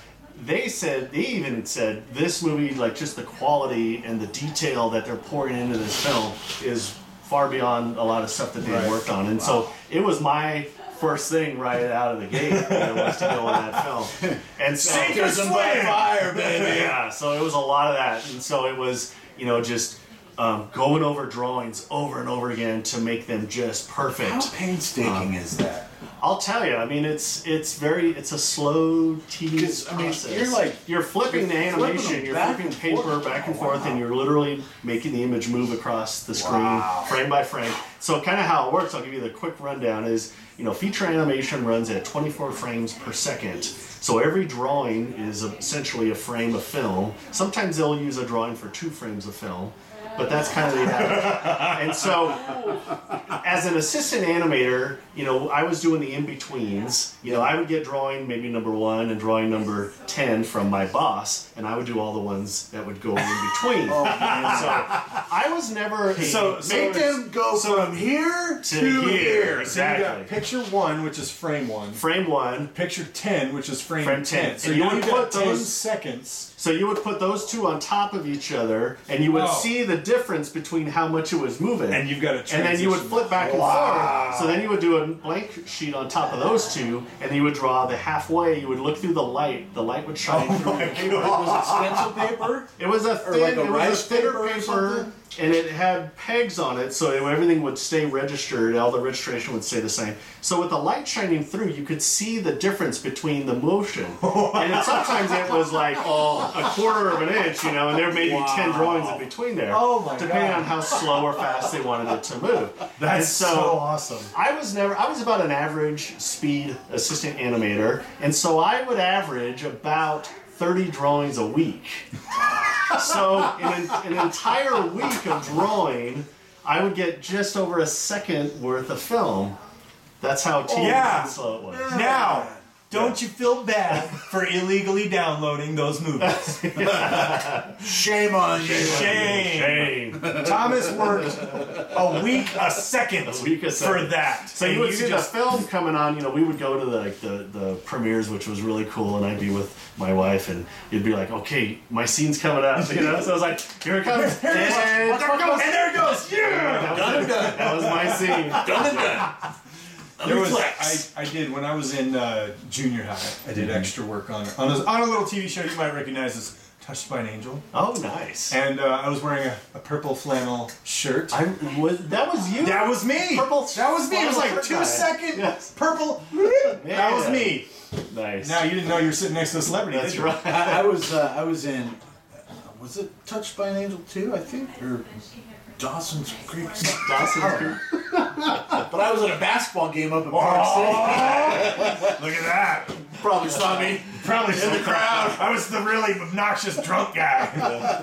S1: they said, they even said, this movie, like just the quality and the detail that they're pouring into this film is far beyond a lot of stuff that they had
S3: Right.
S1: worked on. And so it was my first thing right out of the gate that was to go in that film. And so,
S3: Sink or
S4: There's him by
S3: swim!
S4: fire, baby!
S1: yeah, so it was a lot of that, and so it was, you know, just um, going over drawings over and over again to make them just
S4: How
S1: perfect.
S4: painstaking is that?
S1: I'll tell you, I mean, it's it's very it's a slow, tedious
S4: 'Cause, I mean,
S1: process.
S4: you're like-
S1: you're flipping the
S4: you're flipping
S1: animation,
S4: them
S1: you're
S4: back
S1: flipping
S4: and
S1: paper
S4: forth.
S1: back and
S4: Oh,
S1: forth, and
S4: wow.
S1: you're literally making the image move across the screen
S4: Wow.
S1: frame by frame. So kind of how it works, I'll give you the quick rundown is, you know, feature animation runs at 24 frames per second. So every drawing is essentially a frame of film. Sometimes they'll use a drawing for two frames of film, but that's kind of the average. and so as an assistant animator, you know, I was doing the in-betweens. You know, I would get drawing maybe number 1 and drawing number 10 from my boss, and I would do all the ones that would go in between. And so I was never
S3: Oh,
S1: a-
S3: So- so
S4: Make them go
S3: So-
S4: from here to,
S1: here.
S4: here.
S3: So you got
S1: Exactly.
S3: picture one, which is frame one.
S1: frame one.
S3: Picture ten, which is frame,
S1: Frame 10.
S3: 10. So
S1: And you
S3: now
S1: would
S3: you've got
S1: put
S3: 10
S1: those-
S3: seconds.
S1: So you would put those two on top of each other, and you would
S3: Oh.
S1: see the difference between how much it was moving.
S3: And you've got a
S1: and then you would
S3: transition.
S1: flip back and
S3: Wow.
S1: forth. So then you would do a blank sheet on top of those two, and you would draw the halfway. You would look through the light. The light would shine
S3: Oh,
S1: through.
S4: Stencil paper?
S1: It was a
S4: Or
S1: thin,
S4: like a
S1: it was
S4: rice
S1: a thinner
S4: paper or
S1: paper,
S4: something?
S1: and it had pegs on it, so everything would stay registered. All the registration would stay the same. So with the light shining through, you could see the difference between the motion. and it, sometimes it was like oh, a quarter of an inch, you know, and there may be ten drawings in between there,
S3: Oh my
S1: depending
S3: God.
S1: on how slow or fast they wanted it to move. And
S3: That's so, awesome.
S1: I was never. I was about an average speed assistant animator, and so I would average about thirty drawings a week. so in an, an entire week of drawing, I would get just over a second worth of film. That's how tedious
S3: Yeah.
S1: and slow it was.
S3: Now, don't you feel bad for illegally downloading those movies?
S4: Shame on you.
S3: Shame.
S1: Dang.
S3: Thomas worked a week a second,
S1: week a second.
S3: for that.
S1: So
S3: And
S1: you would see
S3: just-
S1: the film coming on. You know, we would go to the, like the the premieres, which was really cool, and I'd be with my wife, and you'd be like, "Okay, my scene's coming up," you know. So I was like, "Here it comes!"
S3: Here it is.
S1: And-
S3: There it goes. And there it goes. Yeah.
S1: That was, it. That was my scene.
S4: Done and done.
S3: There was,
S4: Flex.
S3: I, I did when I was in uh, junior high. I did extra work on on a, on a little TV show you might recognize as Touched by an Angel,
S1: Oh, nice.
S3: and uh, I was wearing a, a purple flannel shirt.
S1: I was. That was you.
S3: That was me.
S1: Purple
S3: That was me. It was like
S1: flannel shirt
S3: two
S1: guy.
S3: second
S1: Yes.
S3: purple. That was me.
S1: nice.
S3: Now you didn't know you were sitting next to a celebrity.
S1: That's
S3: did you?
S1: right.
S4: I, I was uh, I was in uh, was it Touched by an Angel too? I think or Dawson's Creek.
S1: Dawson's Creek.
S4: but I was at a basketball game up in Park City.
S3: Oh! Look at that.
S4: Probably saw me.
S3: Probably in the crowd. I was the really obnoxious drunk guy.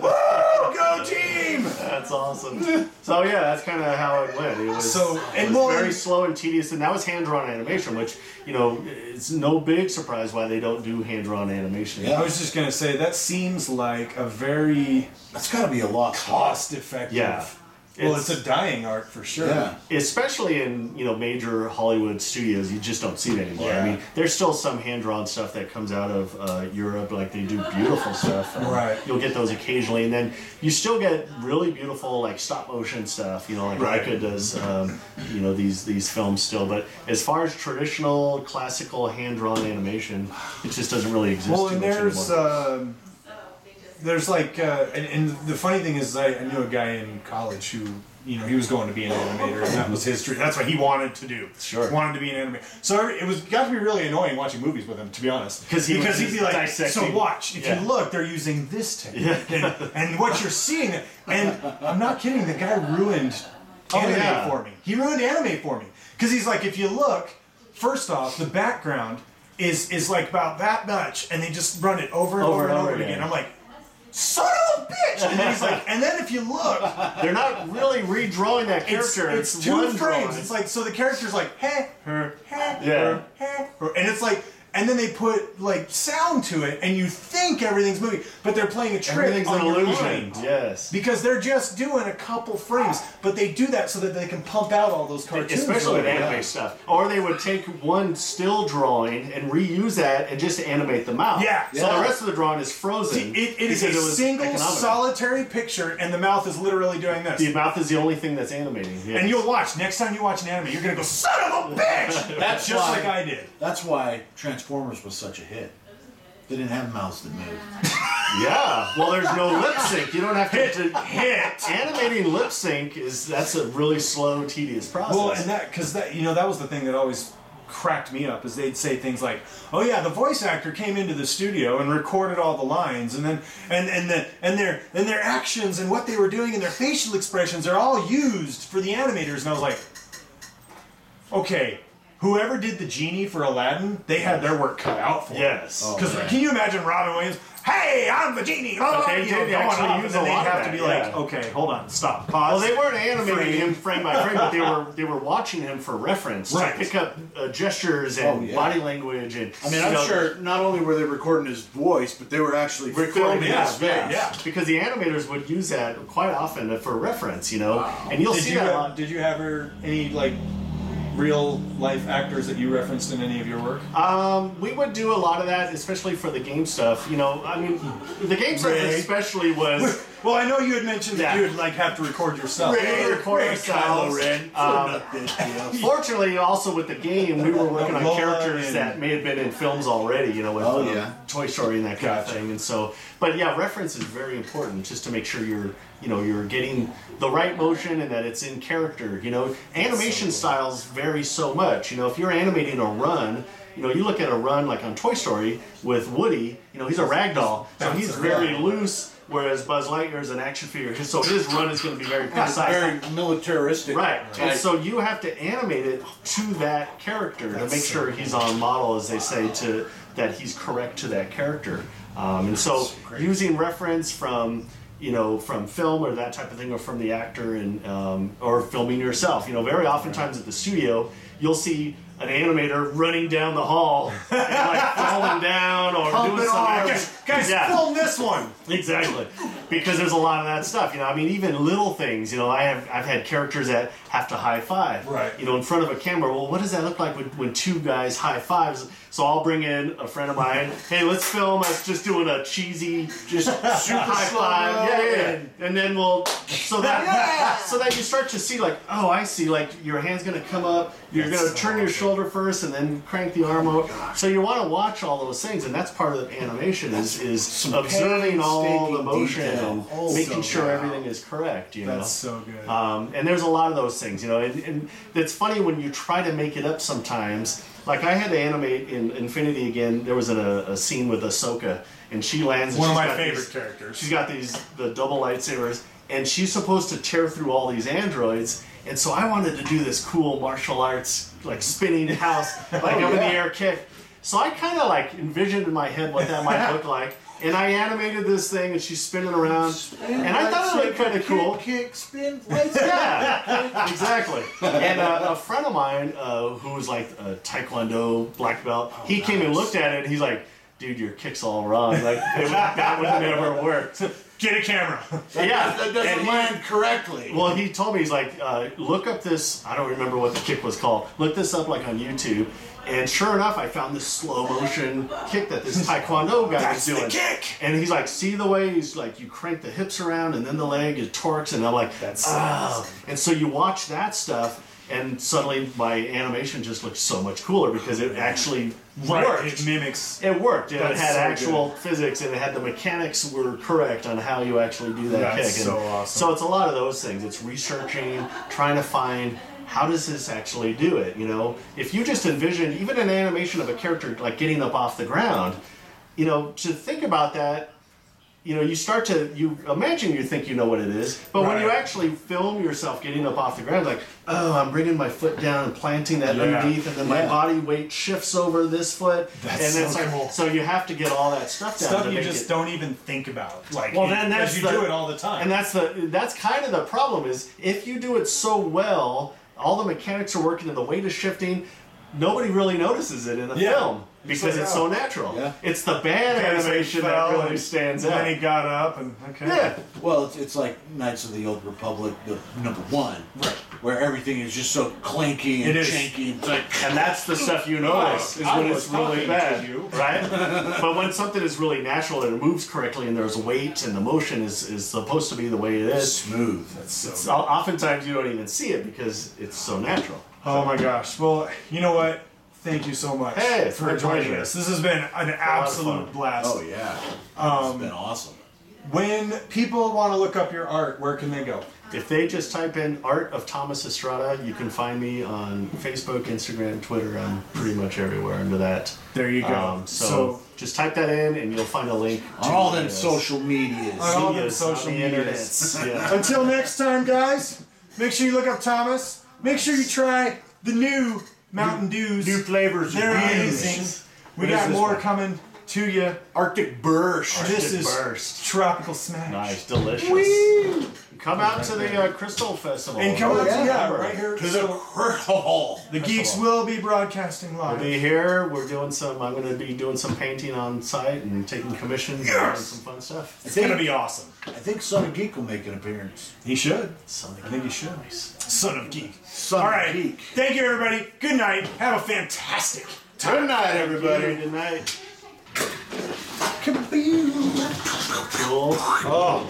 S3: Woo! Go team!
S1: That's awesome. So yeah, that's kind of how it went. It was
S3: So-
S1: it
S3: and
S1: was
S3: well,
S1: very
S3: and-
S1: slow and tedious, and that was hand drawn animation, which you know it's no big surprise why they don't do hand drawn animation.
S4: Yeah.
S3: I was just gonna say that seems like a very
S4: That's got to be a lot.
S3: cost effective
S1: Yeah.
S3: well, it's a dying art for sure.
S4: Yeah.
S1: especially in you know major Hollywood studios, you just don't see it anymore. I
S4: Yeah.
S1: mean, there's still some hand drawn stuff that comes out of uh, Europe, like they do beautiful stuff. Um,
S3: Right.
S1: You'll get those occasionally, and then you still get really beautiful like stop motion stuff. You know, like
S3: Right.
S1: Leica does. Um, you know these these films still, but as far as traditional classical hand drawn animation, it just doesn't really exist.
S3: Well,
S1: too
S3: and
S1: much
S3: there's
S1: anymore.
S3: um there's like uh, and, and the funny thing is I, I knew a guy in college who you know he was going to be an animator and that was his dream. That's what he wanted to do.
S1: Sure.
S3: wanted to be an animator. So every- it was got to be really annoying watching movies with him to be honest.
S1: 'Cause he was
S3: because he'd be
S1: just
S3: like,
S1: dissecting.
S3: so watch if
S1: Yeah.
S3: you look they're using this technique and, and what you're seeing and I'm not kidding the guy ruined
S1: Oh,
S3: anime
S1: yeah.
S3: for me. He ruined anime for me because he's like, if you look, first off, the background is is like about that much, and they just run it over and over, and over again. I'm like, son of a bitch! And then he's like, and then if you look,
S1: they're not really redrawing that
S3: it's,
S1: character.
S3: it's two
S1: one
S3: frames.
S1: drawing.
S3: It's like so the character's like, hey, her, hey,
S1: Yeah.
S3: her, hey, her, and it's like. And then they put like sound to it, and you think everything's moving, but they're playing a trick
S1: everything's
S3: on
S1: an
S3: your
S1: illusion.
S3: mind.
S1: Yes.
S3: Because they're just doing a couple frames, but they do that so that they can pump out all those cartoons.
S1: especially with
S3: really
S1: anime
S3: well.
S1: stuff. Or they would take one still drawing and reuse that and just animate the mouth.
S3: Yeah.
S1: So
S3: Yeah.
S1: the rest of the drawing is frozen.
S3: See, it- it is
S1: because
S3: a
S1: was
S3: single
S1: economical.
S3: solitary picture, and the mouth is literally doing this.
S1: The mouth is the only thing that's animating. yes.
S3: And you'll watch next time you watch an anime, you're gonna go, "Son of a bitch!"
S4: That's
S3: just
S4: why-
S3: like I did.
S4: That's why Transformers was such a hit. They didn't have mouths that moved.
S1: yeah. Well, there's no lip sync. You don't have to.
S3: Hit.
S1: animating lip sync is that's a really slow, tedious process.
S3: Well, and that because that you know that was the thing that always cracked me up is they'd say things like, "Oh yeah, the voice actor came into the studio and recorded all the lines, and then and and the and their and their actions and what they were doing and their facial expressions are all used for the animators." And I was like, "Okay." Whoever did the genie for Aladdin, they had their work cut out for them.
S1: Yes. Oh,
S3: Because
S4: man.
S3: can you imagine Robin Williams? Hey, I'm the genie. Oh,
S1: they
S3: you know,
S1: did
S3: going
S1: actually
S3: off, and
S1: use
S3: then
S1: a
S3: they'd
S1: lot of
S3: have to
S1: that,
S3: be like,
S1: yeah.
S3: okay, hold on, stop, pause.
S1: Well, they weren't animating
S3: Frame.
S1: him frame by frame, but they were they were watching him for reference
S3: Right.
S1: to pick up uh, gestures and
S4: Oh, yeah.
S1: body language and.
S4: I mean,
S1: you
S4: I'm
S1: know,
S4: sure not only were they recording his voice, but they were actually
S1: Recording
S4: filming
S1: his
S4: his face.
S3: yeah.
S1: because the animators would use that quite often for reference, you know, and you'll
S3: Did
S1: see
S3: you
S1: that a
S3: have,
S1: lot.
S3: did you have her- any like real life actors that you referenced in any of your work?
S1: Um, we would do a lot of that, especially for the game stuff. You know, I mean, the game stuff
S3: Ray.
S1: especially was.
S3: well, I know you had mentioned that
S1: Yeah.
S3: you would like have to record yourself.
S1: Ray, record ourselves. Um, Fortunately, also with the game, we were working on
S3: Lola
S1: characters
S3: and-
S1: that may have been in films already, you know, with
S4: Oh,
S1: um,
S4: yeah.
S1: Toy Story and that kind
S3: Gotcha.
S1: of thing. And so, but yeah, reference is very important just to make sure you're, you know, you're getting the right motion and that it's in character. You know, animation styles vary so much. You know, if you're animating a run. You know, you look at a run like on Toy Story with Woody. You know, he's a ragdoll, so
S3: Bounce
S1: he's
S3: around.
S1: very loose. Whereas Buzz Lightyear is an action figure, so his run is going to be very
S4: It's
S1: precise.
S4: very militaristic.
S1: Right.
S4: Like,
S1: And so you have to animate it to that character to make sure he's on model, as they say, to that he's correct to that character. Um, and so using reference from you know from film or that type of thing, or from the actor and um, or filming yourself. You know, very oftentimes at the studio, you'll see. An animator running down the hall, and like falling down or
S4: Pump
S1: doing
S4: it on.
S1: something.
S3: Guys, guys
S1: Yeah.
S3: film this one.
S1: Exactly, because there's a lot of that stuff. You know, I mean, even little things. You know, I have I've had characters that have to high five.
S3: Right.
S1: You know, in front of a camera. Well, what does that look like when, when two guys high fives? So I'll bring in a friend of mine. Hey, let's film us just doing a cheesy just super high
S4: slow
S1: five. Yeah, yeah,
S4: and-
S1: yeah. And then we'll so that so that you start to see like, oh, I see. Like your hand's gonna come up. You're
S3: That's
S1: gonna
S3: so
S1: turn your
S3: awesome. Oh
S1: shoulder first and then crank the arm out. So you want to watch all those things, and that's part of the animation is is observing all the
S4: painstaking
S1: motion
S4: detail.
S1: and
S4: Oh,
S1: making
S4: so
S1: sure
S4: wow.
S1: everything is correct. You
S3: That's
S1: know.
S3: so good.
S1: Um, and there's a lot of those things, you know. And, and it's funny when you try to make it up sometimes. Like I had to animate in Infinity again. There was a, a scene with Ahsoka, and she lands. and
S3: one of
S1: she's
S3: my
S1: got
S3: favorite
S1: these-
S3: characters.
S1: She's got these the double lightsabers, and she's supposed to tear through all these androids. And so I wanted to do this cool martial arts like spinning house, like up in the air kick. So I kind of like envisioned in my head what that might look like, and I animated this thing, and she's spinning around, and I thought it looked kind of cool.
S4: Kick, spin, let's
S1: Yeah, exactly. And uh, a friend of mine uh, who was like a taekwondo black belt, he came and looked at it and he's like, dude, your kick's all wrong. Like it would, that would never work.
S3: Get a camera.
S1: yeah,
S4: That doesn't
S1: and he-
S4: land correctly.
S1: well, he told me he's like, uh, look up this. I don't remember what the kick was called. Look this up like on YouTube, and sure enough, I found this slow motion kick that this Taekwondo guy
S3: That's the
S1: was doing.
S3: kick!
S1: And he's like, see the way he's like, you crank the hips around and then the leg, it torques, and I'm like, that's oh. And so you watch that stuff. And suddenly, my animation just looks so much cooler because it actually worked.
S3: It mimics.
S1: It worked. and It
S3: That's
S1: had
S3: so
S1: actual physics, and it had the mechanics were correct on how you actually do that
S3: That's
S1: kick.
S3: so
S1: And
S3: awesome.
S1: So it's a lot of those things. It's researching, trying to find how does this actually do it. You know, if you just envision even an animation of a character like getting up off the ground, you know, to think about that. You know, you start to you imagine you think you know what it is, but when you
S3: Right.
S1: actually film yourself getting up off the ground, like, oh, I'm bringing my foot down and planting that
S3: Yeah.
S1: underneath, and then my
S4: Yeah.
S1: body weight shifts over this foot,
S3: That's
S1: and it's
S3: so
S1: like,
S3: cool.
S1: so you have to get all that stuff down.
S3: Stuff
S1: to
S3: you
S1: make
S3: just
S1: it-
S3: don't even think about. Like,
S1: Well, then that's
S3: because you
S1: the-
S3: do it all the time.
S1: And that's the that's kind of the problem is if you do it so well, all the mechanics are working and the weight is shifting. Nobody really notices it in the
S3: Yeah.
S1: film because
S3: like,
S1: it's
S3: oh.
S1: so natural.
S4: Yeah.
S1: It's the bad
S3: Because he
S1: animation
S3: fell
S1: that really
S3: and
S1: stands
S3: Then
S1: out.
S3: he got up and okay.
S1: yeah,
S4: Well, it's, it's like Knights of the Old Republic, the number one,
S3: Right.
S4: where everything is just so clanky
S3: It
S4: and
S3: is.
S4: janky. And it's like,
S1: and that's the stuff you notice is
S3: I
S1: when
S3: was
S1: it's really
S3: talking
S1: bad,
S3: to you.
S1: right? but when something is really natural and it moves correctly and there's weight and the motion is is supposed to be the way it is.
S4: smooth.
S1: It's, o- oftentimes you don't even see it because it's so natural.
S3: Oh my gosh. Well, you know what? Thank you so much
S1: Hey, it's
S3: for
S1: my
S3: joining
S1: pleasure.
S3: us. This has been an
S1: fun.
S3: absolute blast.
S4: Oh yeah, it's
S1: Um,
S4: been awesome.
S3: When people want to look up your art, where can they go?
S1: If they just type in Art of Thomas Estrada, you can find me on Facebook, Instagram, Twitter. I'm pretty much everywhere under that.
S3: There you go.
S1: Um, so,
S3: So-
S1: just type that in and you'll find a link.
S4: On all them
S1: his
S4: social medias.
S3: On all them
S1: videos
S3: social
S1: on the
S3: medias.
S1: internets. Yeah.
S3: Until next time, guys, make sure you look up Thomas. Make sure you try the new Mountain Dews.
S1: New flavors.
S3: They're
S1: and
S3: amazing. We
S1: What is
S3: got
S1: this
S3: more
S1: one?
S3: coming to you.
S4: Arctic Burst.
S3: This
S1: Arctic
S3: is
S1: Burst.
S3: Tropical Smash.
S1: Nice, delicious. Come out to the uh, Crystal Festival.
S3: And come
S1: Oh,
S3: out to
S1: yeah.
S3: yeah, right here.
S4: To the hurl.
S3: The geeks
S1: all.
S3: will be broadcasting live.
S1: We'll be here. We're doing some. I'm going to be doing some painting on site and taking commissions and doing some fun stuff.
S3: it's gonna be awesome.
S4: I think Son of Geek will make an appearance.
S3: He should.
S1: Something
S3: I think he should. Son of geek.
S4: Son
S3: All
S4: of
S3: right.
S4: Geek.
S3: Thank you, everybody. Good night. Have a fantastic
S4: Good night, everybody.
S1: Good night.
S4: Kaboom.
S1: Cool.